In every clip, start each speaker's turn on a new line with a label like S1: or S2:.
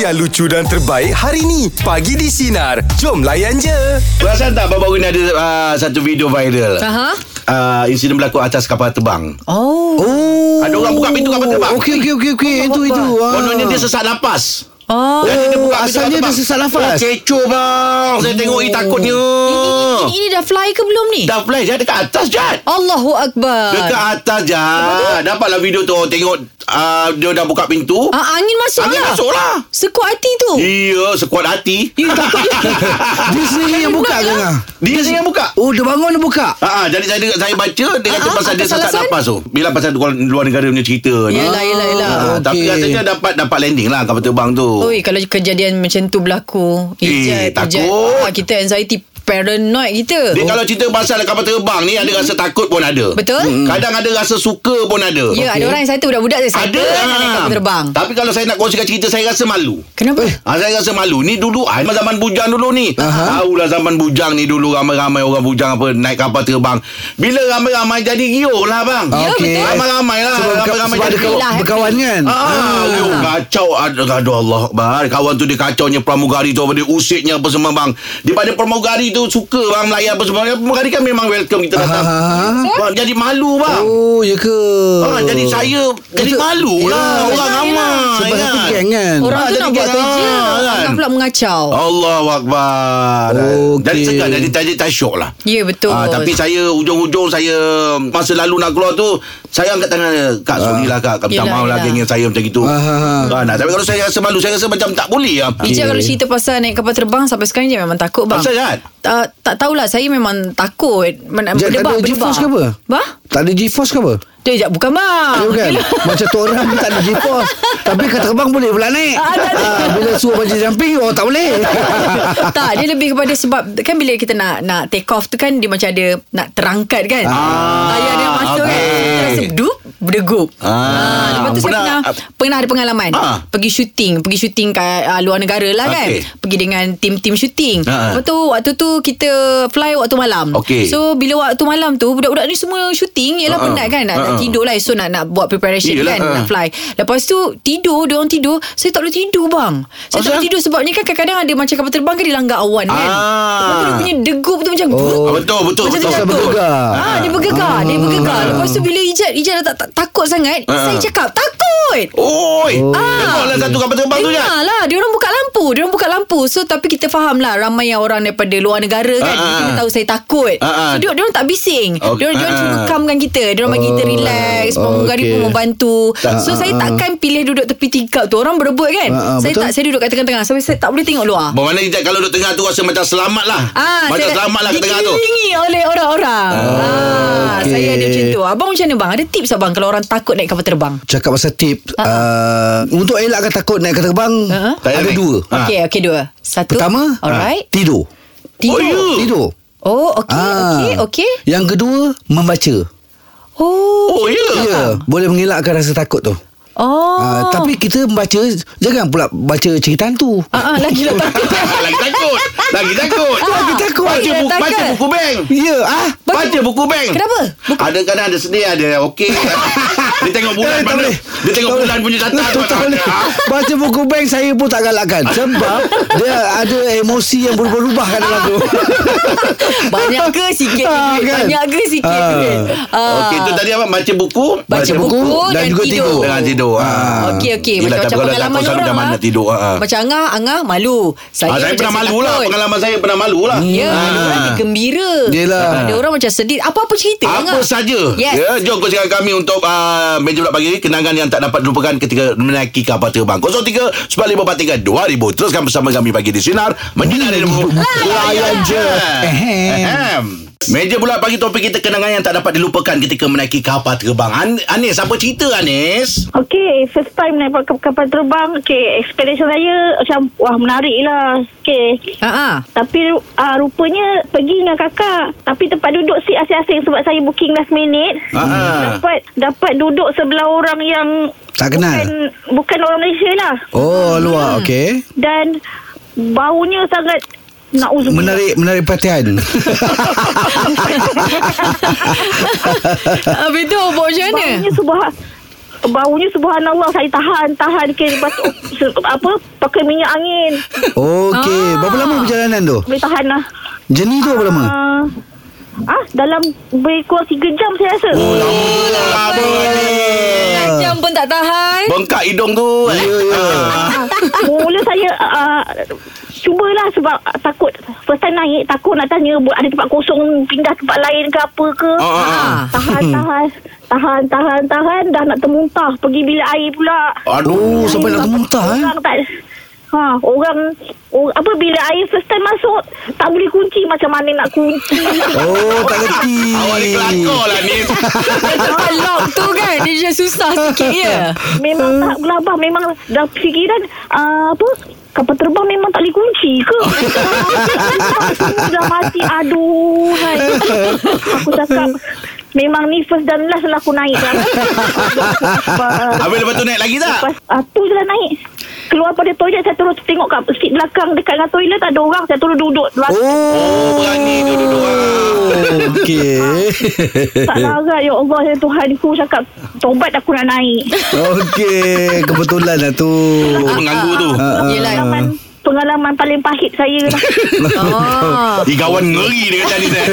S1: yang lucu dan terbaik hari ni. Pagi di Sinar. Jom layan je.
S2: Perasan tak baru-baru ni ada uh, satu video viral.
S3: Aha.
S2: Uh, insiden berlaku atas kapal terbang.
S3: Oh.
S1: Oh.
S2: Ada orang buka pintu kapal terbang.
S1: Okey, okey, okey. okey.
S4: Eh,
S1: Itu, itu. Ah.
S2: Kononnya dia sesak nafas.
S3: Oh.
S2: Jadi dia buka pintu
S1: asalnya
S2: kapal
S1: dia
S2: terbang.
S1: sesak nafas.
S2: Oh, kecoh bang. Saya tengok ni takutnya.
S3: Ini, ini dah fly ke belum ni?
S2: Dah fly saya dekat atas Jad.
S3: Allahu Akbar.
S2: Dekat atas Jad. Dapatlah video tu orang tengok uh, dia dah buka pintu.
S3: Ah, Oh. angin masuk
S2: Angin
S3: lah.
S2: masuk lah.
S3: Sekuat hati tu.
S2: Iya, sekuat hati.
S4: Eh, Dia sendiri yang buka ke Ngah?
S2: Dia sini yang buka.
S4: Oh dia bangun dia buka
S2: Ah, ah, jadi saya dengar- saya baca dia kata
S3: Ah, ah,
S2: pasal dia
S3: atas
S2: sesak
S3: alasan?
S2: nafas tu. Bila pasal luar, luar negara punya cerita ni.
S3: Yelah, yelah, yelah.
S2: Ah,
S4: Okey.
S2: Tapi rasanya dapat dapat landing lah kapal terbang tu.
S3: Oi, kalau kejadian macam tu berlaku.
S2: Eh, takut.
S3: Ah, kita anxiety paranoid kita.
S2: Dia kalau cerita pasal kapal terbang ni ada rasa takut pun ada.
S3: Oh. Betul.
S2: Hmm. Kadang ada rasa suka pun ada.
S3: Ya, ada orang yang satu budak-budak saya
S2: Ada.
S3: satu nak naik
S2: ah.
S3: kapal terbang.
S2: Tapi kalau saya nak kongsikan cerita saya rasa malu.
S3: Kenapa?
S2: Ha, saya rasa malu Ni dulu ah, Zaman bujang dulu ni Aha. Tahulah zaman bujang ni dulu Ramai-ramai orang bujang apa Naik kapal terbang Bila ramai-ramai jadi riuh lah bang
S4: Ya, Okey. betul.
S2: Ramai-ramai lah
S4: Sebab, buka,
S2: ramai-ramai
S4: sebab ada
S2: jadi
S4: kawan,
S3: Yelah, happy.
S4: berkawan kan
S2: Ah, yo, kacau aduh, aduh Allah Akbar Kawan tu dia kacaunya pramugari tu apa Dia usiknya apa semua bang Dia pada pramugari tu Suka bang Melayan apa semua Pramugari kan memang welcome kita datang bang, Jadi malu bang
S4: Ah. Oh ya ke
S2: Ah, jadi saya Jadi malu lah Orang ramai
S4: Sebab satu
S2: kan?
S4: geng kan
S3: Orang
S2: Ah,
S3: tu
S2: jadi
S3: nak buat
S2: geng,
S3: kerja.
S2: ah, kan?
S3: Orang pula mengacau.
S2: Allah Akbar
S4: Okey.
S2: Jadi segan Jadi tak, jadi tak syok lah
S3: Ya, betul.
S2: Ah, Tapi saya Ujung-ujung saya Masa lalu nak keluar tu Saya angkat tangan dia, Kak sorry lah kak Kak minta
S3: Yelah,
S2: maaf lah
S3: yelah.
S2: Geng saya macam gitu
S4: Ah, ah, ah.
S2: Ah, nah, Tapi kalau saya rasa malu Saya rasa macam tak boleh lah
S3: Ijaz kalau cerita pasal naik kapal terbang sampai sekarang je memang takut bang.
S2: Pasal, kan? Jad?
S3: Uh, tak tahulah saya memang takut. Men-
S4: Jad, tak ada G-Force ke apa?
S3: Bah?
S4: Tak ada G-Force ke apa
S3: Dia jap bukan bang.
S4: Ya bukan
S3: Yelah.
S4: Macam tu orang tak ada G-Force Tapi kat terbang boleh pula naik
S3: Ah, tak ada.
S4: Ah, Bila suruh baju jumping Oh tak boleh
S3: tak dia lebih kepada sebab kan bila kita nak nak take off tu kan dia macam ada nak terangkat kan ah, ayah dia masuk kan
S2: okey.
S3: So, kita rasa dup berdegup ah, lepas tu
S2: pernah-
S3: saya pernah pernah ada pengalaman
S2: Ah.
S3: pergi syuting pergi syuting kat uh, luar negara lah kan
S2: Okey.
S3: pergi dengan tim-tim syuting
S2: Ah, ah.
S3: lepas tu waktu tu kita fly waktu malam
S2: Okey.
S3: so bila waktu malam tu budak-budak ni semua syuting ialah
S2: Ah, ah.
S3: penat kan nak, nak
S2: Ah, ah.
S3: tidur lah esok nak nak buat preparation
S2: Yelah,
S3: kan
S2: ah.
S3: nak fly lepas tu tidur dia orang tidur saya tak boleh tidur bang saya tak
S2: Asal?
S3: boleh tidur sebabnya kan kadang-kadang ada macam kapal terbang kan dia langgar awan kan.
S2: Ah.
S3: Lepas tu dia punya degup tu macam
S2: Ah,
S3: oh.
S2: Betul betul betul.
S3: Macam tu
S4: Pasal
S3: takut.
S4: bergegar
S3: Ah, dia bergegar, dia bergegar. Lepas tu bila Ijat, Ijat dah tak, tak takut sangat,
S2: Ah.
S3: saya cakap takut.
S2: Oi
S4: Oh.
S2: Tengoklah satu kapal terbang tu je
S3: Dengar lah Dia orang buka lampu Dia orang buka lampu So tapi kita faham lah Ramai yang orang daripada luar negara kan
S2: Ah, ah,
S3: Kita
S2: ah.
S3: tahu saya takut
S2: Ah, ah.
S3: So dia, dia orang tak bising
S2: Ok,
S3: Dia orang, dia orang
S2: ah,
S3: cuma
S2: ah.
S3: calmkan kita Dia orang bagi kita
S4: Oh,
S3: relax Pramugari
S4: okey.
S3: pun membantu So
S4: ah,
S3: saya
S4: ah.
S3: takkan pilih duduk tepi tingkap tu Orang berebut kan
S4: Ah, ah,
S3: Saya
S4: betul.
S3: tak Saya duduk kat tengah-tengah Sampai saya tak boleh tengok luar
S2: Bermakna Ijat kalau duduk tengah tu Rasa macam selamat lah Macam
S3: Ah, saya
S2: selamat lah kat tengah tu
S3: Dikelilingi oleh orang-orang. ah,
S4: okey.
S3: Saya ada macam tu. Abang macam mana bang? Ada tips abang kalau orang takut naik kapal terbang?
S4: Cakap pasal tip uh, Untuk elakkan takut naik kat terbang
S3: Ah.
S2: Tak payah
S4: Ada
S2: naik.
S4: dua
S2: Ah.
S3: Okey, okey dua. Satu.
S4: Pertama ah,
S3: Alright.
S4: Tidur
S2: Oh, ya.
S3: Tidur.
S4: Tidur
S3: Oh, okey,
S4: Ah.
S3: okey, okey.
S4: Yang kedua Membaca
S3: Oh.
S2: Oh ya
S4: Ya yeah, Boleh mengelakkan rasa takut tu
S3: Oh.
S4: Ah, tapi kita membaca Jangan pula baca cerita hantu
S3: Ah, ah, lagi lah takut.
S2: Lagi takut Lagi takut
S4: Lagi takut.
S2: Baca
S3: Lagi
S2: buku,
S3: Ah, takut.
S2: baca buku bank
S4: Ya ah
S3: Baca
S2: Baca buku bank
S3: Kenapa? Buku-
S2: Ada kadang ada sedih Ada okey Dia tengok bulan
S4: Eh, tak
S2: mana
S4: boleh.
S2: Dia tengok bulan punya Ah. data
S4: Tak boleh. Baca buku bank saya pun tak galakkan Sebab Dia ada emosi yang berubah-ubah kat dalam
S3: Ah.
S4: tu
S3: Banyak ke sikit ke
S4: Ah,
S3: duit?
S4: kan?
S3: Banyak ke sikit ke
S4: Ah.
S3: duit? Ah.
S2: Okey tu tadi apa Baca buku
S3: Baca buku, dan, juga tidur.
S2: Dengan tidur ah.
S3: Okey okey
S2: Yelah, tapi
S3: macam macam
S2: kalau takut
S3: pengalaman orang.
S2: selalu dah mana
S3: ah.
S2: tidur ah.
S3: Macam Angah, Angah malu. Saya,
S2: Ah, saya
S3: macam
S2: pernah malu lah
S3: takut.
S2: Pengalaman saya pernah malu lah
S3: Ya, ada orang dia gembira.
S4: Yelah.
S3: Ada orang macam sedih. Apa-apa cerita
S2: Apa
S3: Angah.
S2: saja
S3: Yes.
S2: ya, Jom kongsikan kami untuk uh, Meja bulat pagi ini, Kenangan yang tak dapat dilupakan Ketika menaiki kapal terbang 03 9543 2000 Teruskan bersama kami pagi di Sinar Menyinari demo Layan je
S4: Ehem.
S2: Ehem. Meja bulat pagi topik kita Kenangan yang tak dapat dilupakan Ketika menaiki kapal terbang An- Anis apa cerita Anis?
S5: Okay, first time naik pa- kapal terbang. Okay, experience saya macam, wah menarik lah. Okay.
S3: Ha ah.
S5: Tapi uh, rupanya pergi dengan kakak. Tapi tempat duduk si asing-asing sebab saya booking last minute.
S2: Ah.
S5: Dapat dapat duduk sebelah orang yang
S4: Tak kenal
S5: bukan, bukan orang Malaysia lah.
S4: Oh luar okey
S5: Dan baunya sangat nak uzum.
S4: Menarik menarik perhatian
S3: Habis tu buat macam mana?
S5: Baunya subhan. Baunya subhanallah Saya tahan Tahan ke lepas tu, se- Apa Pakai minyak angin
S4: Okey,
S3: Ah.
S4: berapa lama perjalanan tu?
S5: Boleh tahan lah
S4: Jenis tu berapa lama?
S5: Ah, Ah, dalam Boleh kurang 3 jam saya rasa
S4: Oh,
S2: Apa ni?
S3: Jam pun tak tahan
S2: Bengkak hidung tu. eh.
S4: Ya, ya.
S5: Ah, Mula saya uh, Cubalah sebab ah, takut First time naik Takut nak tanya buat Ada tempat kosong Pindah tempat lain ke apa ke
S2: Ah, ah, ah.
S5: Tahan
S4: Hmm.
S5: tahan Tahan tahan tahan Dah nak termuntah Pergi bilik air pula
S4: Oh,
S2: Ah, Aduh.
S4: sampai nak termuntah eh.
S5: Orang tak Ha, orang, orang apa bila air first time masuk tak boleh kunci macam mana nak kunci.
S4: Oh, tak reti.
S2: Awak ni kelakor lah ni.
S3: Tempat lock tu kan Dia macam susah sikit ya
S5: Memang tak gelabah Memang dah fikiran uh, Apa Kapal terbang memang tak boleh kunci ke Semua dah mati Aduh hai. Aku cakap Memang ni first dan last lah aku naik dah.
S2: Habis lepas tu naik lagi tak?
S5: Lepas uh, tu je lah naik Keluar pada toilet Saya terus tengok kat seat belakang Dekat dengan toilet tak ada orang Saya terus duduk belakang.
S4: Oh,
S2: berani ah. duduk-duduk.
S4: Okey.
S5: Tak larat Ya Allah Ya Tuhanku Cakap Tobat aku nak naik
S4: Okey, kebetulan lah tu.
S2: Oh, mengganggu tu.
S3: Yelah
S5: Pengalaman
S2: Ha,
S5: Pengalaman paling pahit saya lah
S3: oh.
S4: Ah.
S2: Ih, kawan ngeri dia kata ni. Zek.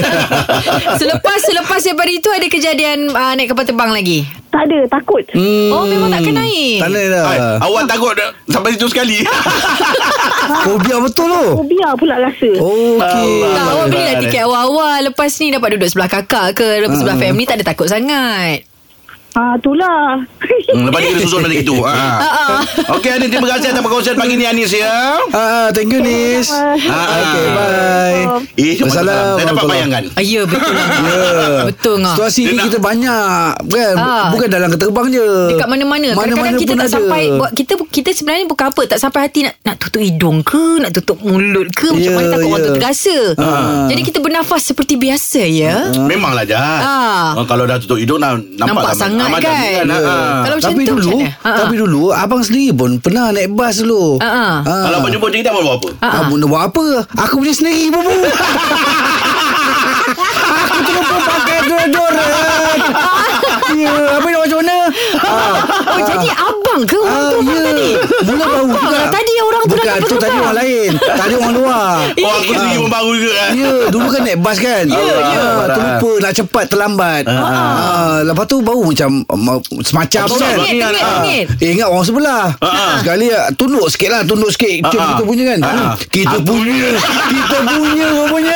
S3: Selepas Selepas daripada itu Ada kejadian uh, Naik kapal terbang lagi
S5: Tak ada takut
S4: Hmm.
S3: Oh, memang tak kena naik.
S4: Tak kena dah.
S2: Hai, Awak takut dah sampai situ sekali. Hmm,
S4: Fobia betul tu.
S2: Oh.
S5: Fobia Oh, pula rasa
S4: Okey.
S3: Tak,
S2: Allah.
S3: awak
S2: Allah.
S3: belilah tiket awal-awal Lepas ni dapat duduk sebelah kakak ke Lepas
S4: Hmm.
S3: sebelah family Tak ada takut sangat
S5: Ah, itulah.
S2: Hmm, lepas ni kita susun balik itu. Ha.
S3: Ah, ah.
S2: Okey, Anis. Terima kasih atas perkongsian pagi ni, Anis. Ya.
S4: Ah, ah, thank you Nis.
S5: Sama-sama.
S2: Ah,
S4: Okey, bye.
S2: Eh, macam mana tak
S4: Wassalam,
S2: dapat
S4: warahmatullahi.
S2: bayangkan.
S3: Ah, Ya betul lah.
S4: Ya.
S3: Betul ngah.
S4: Situasi
S2: Dia
S4: ni
S2: nak-
S4: kita banyak kan.
S3: Ah.
S4: Bukan dalam keterbang je.
S3: Dekat mana-mana Kadang-kadang
S4: Mana-mana
S3: kita
S4: pun
S3: tak
S4: ada.
S3: sampai buat- Kita kita sebenarnya bukan apa Tak sampai hati nak Nak tutup hidung ke Nak tutup mulut ke Macam
S4: Ya,
S3: mana takut orang
S4: ya.
S3: tu terasa
S4: Ah.
S3: Jadi kita bernafas seperti biasa ya
S2: Memanglah Jad
S3: Ah.
S2: Ah, Kalau dah tutup hidung Nampak,
S3: Nampak
S2: nampak
S3: sangat kan?
S2: kan?
S3: Ya.
S2: Ah.
S3: Kalau macam
S4: tapi
S3: tu
S4: dulu,
S3: macam mana? Ha, ha.
S4: Tapi dulu Abang sendiri pun Pernah naik bas dulu
S3: Ha, ha.
S4: Ha.
S2: Kalau abang jumpa cerita Abang buat apa?
S3: Ha, ha.
S4: Abang nak buat apa Aku punya sendiri pun Aku terus pun pakai deodoran Ya Apa nak macam mana
S3: Oh jadi abang ke orang
S4: Ah,
S3: tu orang
S4: ya.
S3: tadi
S4: Mula bau
S3: Abang
S4: juga
S3: lah tadi orang tu dah
S4: Bukan
S3: kapal
S4: tu tadi
S3: terbang.
S4: orang lain Tadi orang luar
S3: Eh.
S2: Oh aku
S4: Ah.
S2: sendiri pun baru juga eh?
S4: Ya Dulu kan naik bas kan Ya ya Terlupa nak cepat terlambat Ah, Lepas tu bau macam um, Semacam
S2: Absurd
S4: kan
S2: lah ni,
S3: Tengok,
S2: ah.
S3: tengok, tengok.
S4: Eh, ingat orang sebelah
S2: Ah.
S4: Sekali ah, Tunduk sikit lah Tunduk sikit Kita,
S2: Ah.
S4: kita punya kan
S2: Ah.
S4: Hmm, Kita
S2: Aku
S4: punya Kita punya Rupanya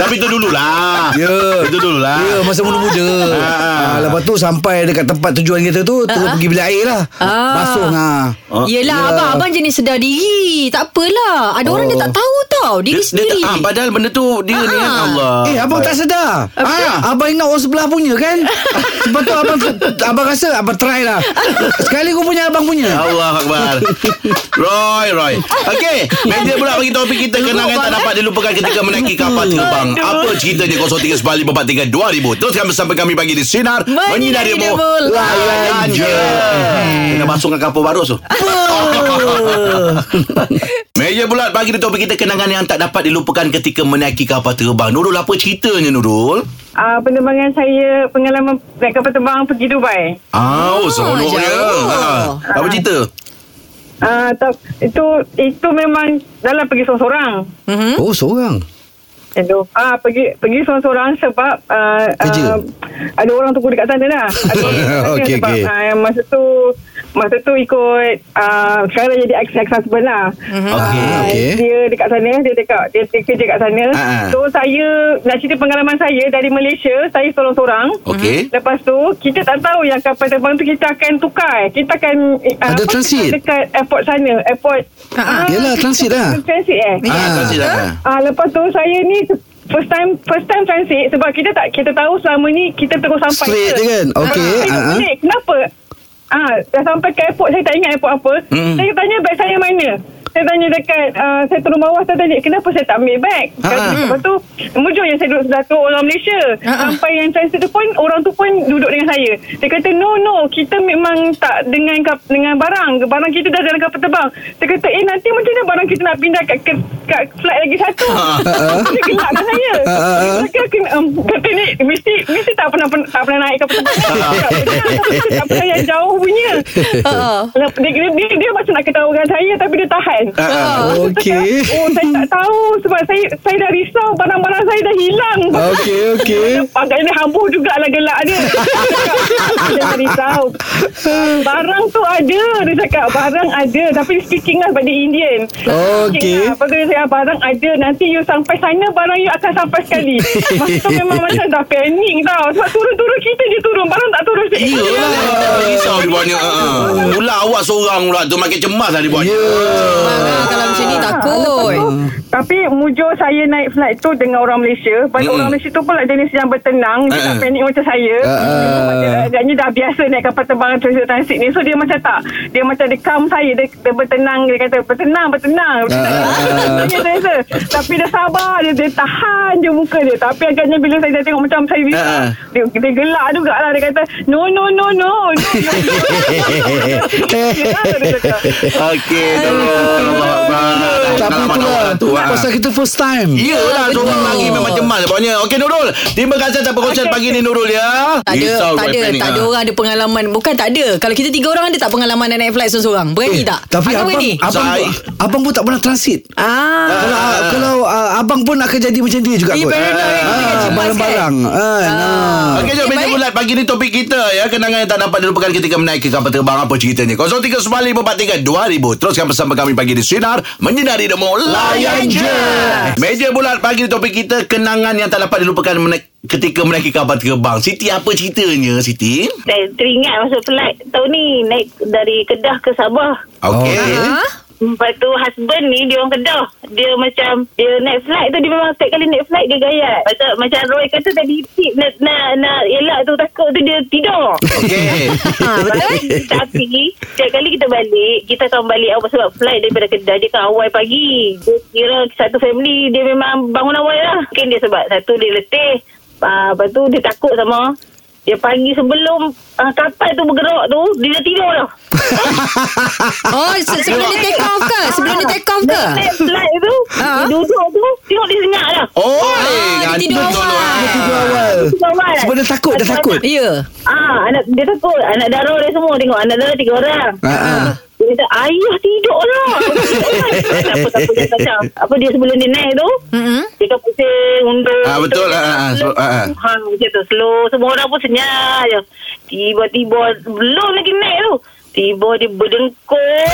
S2: Tapi itu dululah
S4: Ya.
S2: Itu dululah
S4: Ya masa muda-muda
S2: Ah.
S4: ah. Lepas tu sampai Dekat tempat tujuan kita tu Terus pergi bilik air lah
S3: Ah.
S4: Basuh ah.
S3: Yelah abang Abang jenis sedar diri Tak apalah Ada orang dia
S4: Oh.
S3: tak tahu tau Diri
S2: Dia tak,
S3: sendiri
S2: ah,
S4: lah.
S2: padahal benda tu dia ni kan
S3: Ah.
S2: Allah.
S4: Eh abang tak sedar ah, Abang ingat orang sebelah punya kan Lepas tu abang Abang rasa Abang try lah Sekali aku punya abang punya
S2: Allah Akbar Roy Roy Okey Media pula bagi topik kita Kenangan tak
S3: eh?
S2: dapat dilupakan Ketika menaiki kapal
S3: Hmm.
S2: terbang Apa ceritanya 0395432000 Teruskan bersama kami pagi di Sinar
S3: Menyinari Demo,
S2: Layan je Kena masuk dengan kapal baru tu Meja bulat pagi di topik kita Kenangan yang tak dapat dilupakan Ketika menaiki kapal terbang Nurul apa ceritanya Nurul?
S6: uh, penerbangan saya pengalaman naik kapal terbang pergi Dubai.
S2: Ah, oh, seronoknya.
S3: jauh.
S2: Ha. Apa cerita?
S6: Uh, tak, itu itu memang dalam pergi seorang-seorang.
S3: Mhm.
S4: Oh seorang
S6: Hello. Ah pergi pergi seorang-seorang sebab uh,
S4: Kerja?
S6: Uh, ada orang tunggu dekat sana dah. Ada orang dekat sana
S4: Okey,
S6: sebab,
S4: okey.
S6: Uh, masa tu masa tu ikut uh, sekarang jadi ex ex husband lah.
S2: Okey.
S4: Ah,
S6: Okay.
S4: okey.
S6: Dia dekat sana, dia dekat dia, dia kerja dekat sana.
S2: Ah, ah.
S6: So saya nak cerita pengalaman saya dari Malaysia, saya seorang-seorang.
S2: Okey.
S3: Mhm.
S6: Lepas tu kita tak tahu yang kapal terbang tu kita akan tukar. Kita akan eh,
S4: Ada
S6: apa,
S4: transit?
S6: dekat airport sana, airport.
S3: Ah, ah.
S4: Yelah, transit lah.
S6: Transit eh.
S2: Ah,
S4: Ah.
S2: tak cerita.
S6: Ah lepas tu saya ni first time first time transit sebab kita tak kita tahu selama ni kita terus sampai
S4: Straight je kan? Okey,
S6: Ah,
S4: ah,
S6: saya
S4: ah.
S6: pelik. Kenapa? Ah dah sampai ke airport saya tak ingat airport apa.
S2: Hmm.
S6: Saya tanya beg saya mana? Saya saya tanya dekat uh, saya turun bawah saya tanya kenapa saya tak ambil beg
S4: Ha, ha.
S6: ha. lepas tu mujur yang saya duduk satu orang Malaysia
S3: Ha,
S4: Ah,
S6: Ah,
S3: ha.
S6: sampai yang transit tu pun orang tu pun duduk dengan saya dia kata no no kita memang tak dengan kap, dengan barang barang kita dah dalam kapal terbang saya kata eh nanti macam mana barang kita nak pindah kat, kat, kat flight lagi satu dia kena dengan saya
S4: Ha, ha, ha.
S6: mereka kena um, kata ni mesti mesti tak pernah tak pernah naik kapal terbang
S4: Ha,
S6: tak pernah yang jauh punya
S4: ha.
S3: Ah.
S6: dia, dia, dia, dia macam nak ketawakan saya Tapi dia tahan
S3: Ah,
S4: Okey.
S6: Oh saya tak tahu Sebab saya Saya dah risau Barang-barang saya dah hilang
S4: Okey, okey.
S6: Agaknya hambuh jugalah gelak dia Saya dah risau Barang tu ada Dia cakap barang ada Tapi speaking lah pada Indian
S4: Okey.
S6: Speaking lah. Lepas tu dia cakap barang ada Nanti you sampai sana Barang you akan sampai sekali Masa tu memang macam dah panik tau Sebab turun-turun kita je turun Barang tak turun
S2: Eh,
S6: sikit
S2: Yelah Risau dia buatnya uh. Mula awak seorang pula tu Makin cemas lah dia buatnya
S3: Marah lah kalau macam
S4: Ah.
S3: ni takut.
S6: Tapi mujur saya naik flight tu dengan orang Malaysia. Pada
S2: Mm-mm.
S6: orang Malaysia tu pula jenis yang bertenang. Dia tak
S2: Mm-mm.
S6: panik macam saya.
S4: Ah.
S6: Dia- Agaknya dah biasa naik kapal terbang transit transit ni. So dia macam tak. Dia macam dia calm saya. Dia, dia bertenang. Dia kata bertenang, bertenang. Macam tak- Dia rasa. Tapi dia sabar. Dia, dia tahan je muka dia. Tapi agaknya bila saya dah tengok macam saya risau.
S2: Ah.
S6: Dia, dia gelak juga lah. Dia kata no, no, no, no. no, no, no. Dia cakap.
S2: Okey Tolong Allah
S4: Tapi itulah
S2: ah.
S4: Pasal kita first time
S2: Yelah Seorang lagi memang cemas Pokoknya Okey Nurul Terima kasih atas perkongsian
S6: Okey,
S2: pagi ni Nurul ya
S3: Tak ada,
S2: Risau
S3: tak
S2: buat
S3: ada,
S2: panik,
S3: tak ada
S2: ah.
S3: orang ada pengalaman. Bukan tak ada. Kalau kita tiga orang ada tak pengalaman nak naik flight seorang-seorang? Berani tak?
S4: Eh,
S3: Abang
S4: Tapi abang
S3: berani?
S4: abang,
S2: Saya-
S4: abang, abang pun tak pernah transit
S3: Ah.
S4: Kalau kalau ah, abang pun akan jadi macam dia juga
S3: Ni
S4: kot.
S3: paranoid, dia akan
S4: Ah,
S3: cemas,
S4: barang-barang. Ah, nah.
S2: Okey, jom
S3: Okey,
S2: meja
S3: Eh, baik.
S2: bulat. Pagi ni topik kita ya. Kenangan yang tak dapat dilupakan ketika menaiki kapal terbang. Apa ceritanya? 0395432000. Teruskan bersama kami pagi di Sinar. Menyinari demo. Layan je. Meja bulat pagi ni topik kita. Kenangan yang tak dapat dilupakan mena- ketika menaiki kapal terbang. Siti, apa ceritanya Siti?
S5: Saya Eh, teringat masa flight tahun ni naik dari Kedah ke Sabah.
S2: Okey.
S4: Eh?
S3: Ah.
S5: Lepas tu husband ni dia orang Kedah. Dia macam dia naik flight tu dia memang setiap kali naik flight dia gayat. Macam macam Roy kata tadi tip nak nak nak elak tu takut tu dia tidur.
S2: Okey.
S3: Ah,
S5: Tapi Setiap kali kita balik Kita akan balik awal Sebab flight daripada kedai Dia kan awal pagi Dia kira satu family Dia memang bangun awal lah Mungkin dia sebab Satu dia letih uh, Lepas tu dia takut sama Dia pagi sebelum uh, Kapal tu bergerak tu Dia dah tidur dah
S3: Oh, se- sebelum dia take off ke? Sebelum dia take off ke?
S5: Naik flight tu
S3: Ah.
S5: Dia duduk tu Tengok dia senyap dah Ah,
S2: Oh,
S3: Ah, dia tidur
S2: ngantuk
S3: awal.
S2: lah.
S4: Tidur awal.
S5: Normal.
S4: Sebab dia takut, dia takut.
S3: Ya.
S5: Ah, anak dia takut. Anak darah dia semua tengok. Anak darah tiga orang.
S4: Ah, ah.
S5: Dia kata, ayah tidur lah. tak lah. apa, tak apa, jangan kacau. Apa dia sebelum dia naik tu,
S3: Mm-mm.
S5: dia kan pusing, undur.
S2: Ah, betul lah. Ah, ah, so- ah, ah.
S5: Ha, macam tu, slow. Semua orang pun senyap je. Tiba-tiba, belum lagi naik tu. Tiba dia berdengkur.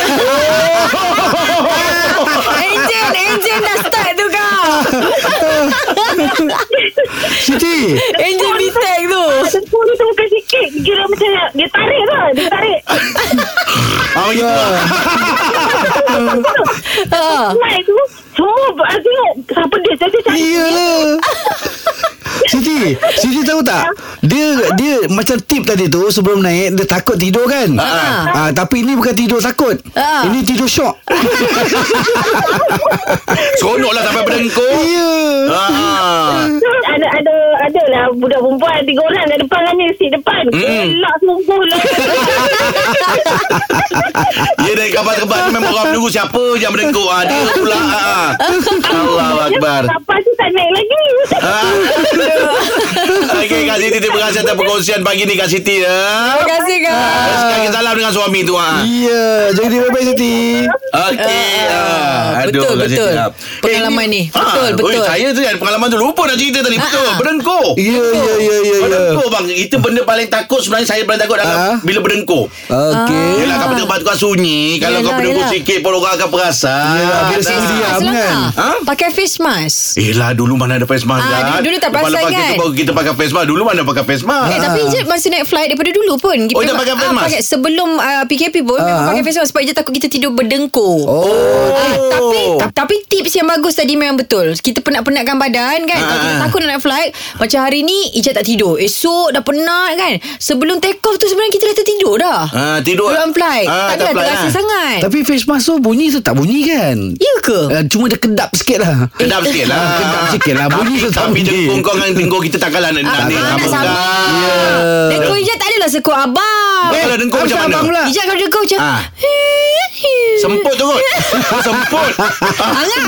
S3: Engine, engine dah start tu kau.
S4: Siti.
S3: Engine bitek tu.
S5: Dengkur dia tu bukan sikit. Kira macam dia tarik tu. Dia tarik.
S2: Ah, ya.
S3: Ha.
S5: Naik tu. Semua ber- tengok. Siapa dia? Saya cari.
S4: Iyalah. Siti, Siti tahu tak? Dia dia macam tip tadi tu sebelum naik dia takut tidur kan? Ah, tapi ini bukan tidur takut.
S3: Ah.
S4: Ini tidur syok.
S2: Seronok lah sampai berdengkur.
S4: Ya.
S2: Ah, ah.
S5: ada ada ada lah budak perempuan tiga orang kat depan kan ni seat depan.
S2: Mm-mm.
S5: Gelak sungguh lah.
S2: Dia dari kapal terbang tu memang orang menunggu siapa yang berdengkur. Ah, dia pula. Ah. Allahu Akbar.
S5: Kapal tu tak naik lagi.
S2: Ah. Okey Kak Siti Terima kasih atas perkongsian pagi ni Kak Siti ya.
S3: Terima kasih kau.
S2: Sekali salam dengan suami tu ah.
S4: Ya, jadi dia baik-baik Siti.
S2: Okey. Ah. Aduh
S3: Betul,
S2: Kak
S3: betul.
S2: Siti. ah.
S3: Pengalaman
S2: Eh,
S3: ni.
S2: ah,
S3: Betul, Ah,
S2: oi,
S3: betul.
S2: Saya tu yang pengalaman tu lupa nak cerita tadi. Betul. Berdengkur.
S4: Ya, ya, ya, ya, ya.
S2: Berdengkur bang Itu benda paling takut Sebenarnya saya paling takut
S4: Ah.
S2: dalam Bila berdengkur
S4: Okey.
S2: Yelah kapal terbang tu kan sunyi Kalau
S3: Ah. Yelah,
S2: kau berdengkur
S3: yelah.
S2: sikit pun orang akan perasan
S4: Yelah, bila
S2: Ah.
S4: sunyi dia.
S3: Selang lah.
S4: kan?
S3: tak?
S2: Ha?
S3: Pakai face mask.
S2: Eh lah dulu mana ada face mask
S3: Ah,
S2: dah.
S3: dulu- dulu tak perasan,
S2: Lepas-lepas
S3: kan?
S2: kita, baru kita pakai face mask Dulu mana pakai face mask
S3: Eh, tapi Ijat masa naik flight daripada dulu pun kita
S2: Ah. Oh, Ijat pakai face
S3: ah,
S2: mask?
S3: pakai, Sebelum uh, PKP pun
S4: Ah.
S3: Memang pakai face mask Sebab Ijat takut kita tidur berdengkur
S4: Oh.
S3: Ah, tapi ta- tapi tips yang bagus tadi memang betul. Kita penat-penatkan badan kan. Kalau kita takut nak naik flight Macam hari ni Ijat tak tidur Esok dah penat kan Sebelum take off tu Sebenarnya kita dah tertidur dah
S2: Ah, tidur.
S3: Dalam flight
S2: Ah,
S3: Tak
S2: dalam
S3: adalah
S2: flight,
S3: terasa
S2: ah.
S3: sangat
S4: Tapi face mask tu bunyi tu tak bunyi kan
S3: Kan? Ya Ah. ke?
S4: uh, Cuma dia kedap sikit lah
S2: Kedap sikit lah
S4: Kedap sikit lah. Bunyi tu tak
S2: Tapi
S4: bunyi.
S2: jengkung kau dengan jengkung kita tak kalah nak nak
S3: Ah,
S2: ni
S3: nak
S2: Sama
S3: sama.
S2: kan
S3: Dekor Ijat tak adalah sekuat abang
S2: Eh, Kalau dengkul macam
S4: Hamzah
S2: mana?
S4: abang pula.
S3: Ijat kalau dekor macam
S2: Ah. Semput tu kot Semput
S3: Ah, Angah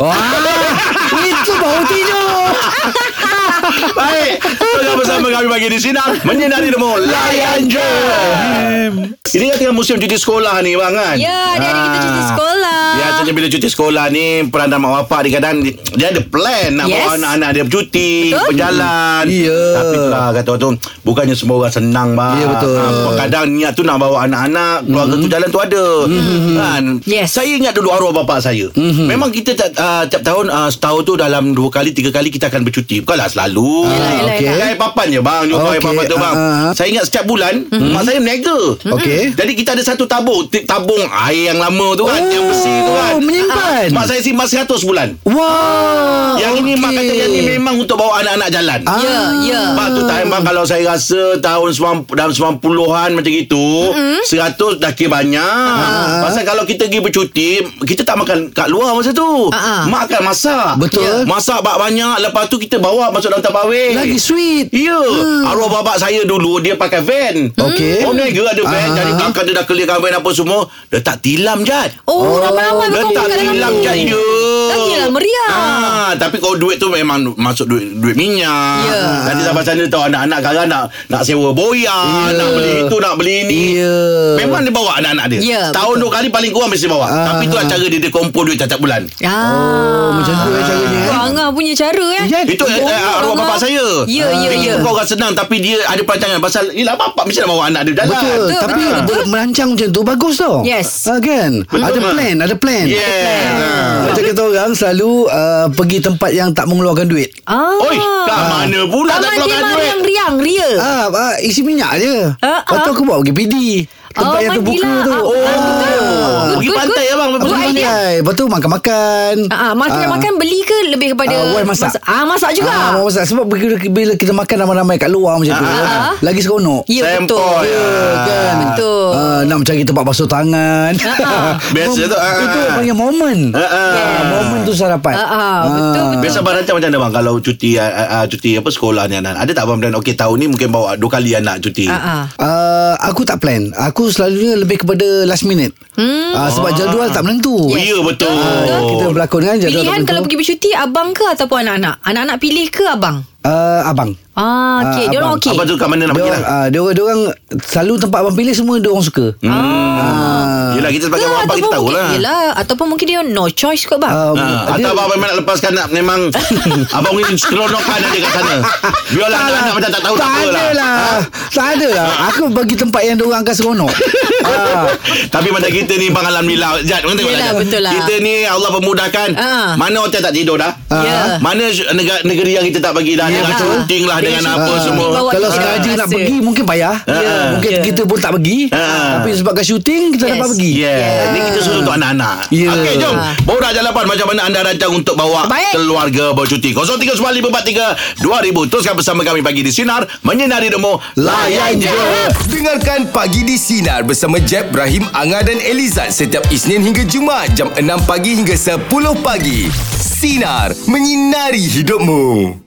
S4: Wah Itu bau tidur
S2: Baik Teruskan bersama kami bagi di Sinar Menyinari Demo Layan je Ini kan tengah musim cuti sekolah ni bang kan
S3: Ya Hari-hari kita cuti
S2: Ah.
S3: sekolah
S2: Ya, macam bila cuti sekolah ni Peranan mak bapak dia kadang Dia ada plan Nak yes.
S3: Yes.
S2: bawa anak-anak dia bercuti
S3: Betul.
S2: Berjalan
S4: Ya.
S2: Tapi itulah kata orang tu Bukannya semua orang senang bang
S4: Ya, betul.
S2: ha, Kadang niat tu nak bawa anak-anak Keluarga tu
S4: Hmm.
S2: jalan tu ada mm-hmm. kan?
S3: Yes.
S2: Saya ingat dulu arwah bapak saya
S4: Hmm.
S2: mm-hmm. Memang kita tak, uh, tiap tahun uh, Setahun tu dalam dua kali Tiga kali kita akan bercuti Bukanlah selalu
S4: Yelah, yelah,
S3: okey.
S2: Pakai papan je bang Jumpa okay.
S4: Ah, Okey,
S2: papan tu bang
S4: ah. Hmm.
S2: Saya ingat setiap bulan mm-hmm. Mak saya meniaga
S4: Okey.
S2: Jadi kita ada satu tabung ti- Tabung air yang lama tu kan Yang besi tu kan
S4: Oh, menyimpan.
S2: Mak saya simpan 100 bulan
S4: Wow
S2: Yang ini mak kata yang ini memang Untuk bawa anak-anak jalan
S4: Ah,
S3: Ya Ya
S2: Sebab tu time bang Kalau saya rasa Tahun 90, dalam 90-an macam itu mm-hmm. 100 dah kira banyak
S4: Ah.
S2: Pasal kalau kita pergi bercuti Kita tak makan kat luar masa tu
S3: Ah, ah.
S2: Mak akan masak Ya.
S4: Betul.
S2: Masak bak banyak Lepas tu kita bawa Masuk dalam tabawih
S4: Lagi sweet
S2: Ya hmm. Arwah babak saya dulu Dia pakai van
S4: Okey.
S2: Oh mega ada van
S4: Ah.
S2: Dari belakang dia dah clearkan van apa semua Letak tilam Jad
S3: Oh ramai-ramai berkumpul
S2: Letak
S3: kat dalam
S2: tilam
S3: tu.
S2: Jad Ya
S3: Lagilah meriah.
S2: ah, Tapi kalau duit tu memang Masuk duit duit minyak
S3: Ya.
S2: Nanti sampai sana tahu Anak-anak sekarang nak Nak sewa boya
S3: Ya.
S2: Nak beli itu Nak beli ini
S4: Ya.
S2: Memang dia bawa anak-anak dia
S3: Ya,
S2: Tahun dua kali paling kurang mesti bawa Tapi tu lah cara dia Dia kumpul duit tiap bulan
S3: Ah. Oh,
S4: macam tu eh caranya, eh.
S3: Angah punya cara kan.
S4: Ijat.
S2: Itu eh, eh, arwah
S3: Angah.
S2: bapak saya
S3: Ya, ya,
S2: Dia
S3: ya.
S2: Bukan orang senang Tapi dia ada perancangan Pasal Yelah bapak mesti nak bawa anak dia lah. jalan
S4: Betul,
S3: Betul,
S4: Tapi
S3: betul,
S4: betul.
S3: betul.
S4: merancang macam tu Bagus tau
S3: Yes.
S4: ha, kan? Ada
S2: Mak.
S4: plan Ada plan
S2: Yeah.
S4: Macam kita orang selalu uh, Pergi tempat yang tak mengeluarkan duit
S3: Ah.
S2: Oi, kat mana pula tak
S3: Taman
S2: keluarkan
S3: tema
S2: duit?
S3: yang riang ria.
S4: Ah, ah isi minyak je.
S3: Ah,
S4: Lepas tu
S3: ah.
S4: aku bawa pergi PD. Tempat
S3: Oh,
S4: yang terbuka
S3: mandilah.
S4: tu.
S3: Ah,
S2: Oh, pergi
S3: Good,
S2: pantai
S3: good.
S2: abang.
S4: Aku
S3: Good
S2: Pergi
S3: idea.
S4: pandai. Lepas tu makan-makan.
S3: Ah, ah, makan
S4: Ah.
S3: makan beli ke lebih kepada
S4: Ah, wife masak.
S3: Ah, masak juga.
S4: Ah, mak masak sebab bila, bila kita makan ramai-ramai kat luar macam tu.
S3: Ah.
S4: Lagi seronok.
S3: ya betul.
S2: Sempoi.
S3: kan. Betul.
S4: Ah, nak mencari tempat basuh tangan.
S3: ah.
S2: Biasa tu, ah,
S4: Itu
S2: ah.
S4: panggil momen.
S2: Ah, ah.
S4: Ah, momen tu saya dapat.
S3: Ah, ah, betul, betul.
S2: Biasa abang rancang macam mana bang Kalau cuti ah, ah, ah, cuti apa sekolah ni anak Ada tak abang plan Okey tahun ni mungkin bawa dua kali anak cuti
S3: Ah, ah.
S4: Uh, aku tak plan Aku selalunya lebih kepada last minute hmm. uh, Sebab
S2: Ah.
S4: jadual tak menentu
S2: Oh, ya betul
S4: Ah, kita berlakon kan jadual tak
S3: Pilihan
S4: menentu
S3: kalau pergi bercuti abang ke ataupun anak-anak? Anak-anak pilih ke abang?
S4: uh, Abang
S3: Ah, okey.
S4: Ah,
S3: Dia orang
S4: abang.
S3: okey.
S2: Abang tu kat mana nak
S4: dia
S2: pergi lah
S4: orang, uh, dia, orang, dia orang Selalu tempat abang pilih Semua dia orang suka
S3: Hmm.
S4: Ah.
S2: Yelah kita sebagai abang lah. kita
S3: mungkin,
S2: tahulah
S3: Yelah, ataupun mungkin dia no choice kot bang.
S4: Ah,
S2: Ha, atau
S4: dia-
S2: abang memang nak lepaskan nak memang abang mungkin keronokan ada kat sana. Biarlah anak-anak lah, macam tak tahu tak,
S4: tak
S2: apa
S4: ada
S2: lah. Ha.
S4: lah Tak ada lah Aku bagi tempat yang Diorang akan seronok Ah.
S2: Tapi macam kita ni Bang Alhamdulillah Jad orang tengok
S3: Yelah,
S2: tak, Jad?
S3: betul lah.
S2: Kita ni Allah pemudahkan
S3: Ah.
S2: Mana hotel tak tidur dah
S3: Ya.
S2: Mana sy- nega- negeri yang kita tak pergi dah Dengan
S3: betul. Ah.
S2: syuting lah Dengan
S3: Dengan
S2: apa
S3: syuting.
S2: semua
S3: Bawa
S4: Kalau
S3: kita
S4: sengaja nak
S3: rasa.
S4: pergi Mungkin payah
S2: Ah.
S4: Mungkin
S3: Ya.
S4: kita pun tak pergi
S2: Ah.
S4: Tapi sebabkan syuting Kita
S3: Yes.
S4: dapat pergi
S2: Yeah. Ni kita suruh untuk anak-anak
S4: Ya.
S2: Okey jom Borak Jalapan Macam mana anda rancang Untuk bawa
S3: Baik.
S2: Keluarga bercuti 0395432000 Teruskan bersama kami Pagi di Sinar Menyinari Demo Layan je
S1: Dengarkan Pagi di Sinar bersama Jeb, Ibrahim, Anga dan Elizad setiap Isnin hingga Jumaat jam 6 pagi hingga 10 pagi. Sinar, menyinari hidupmu.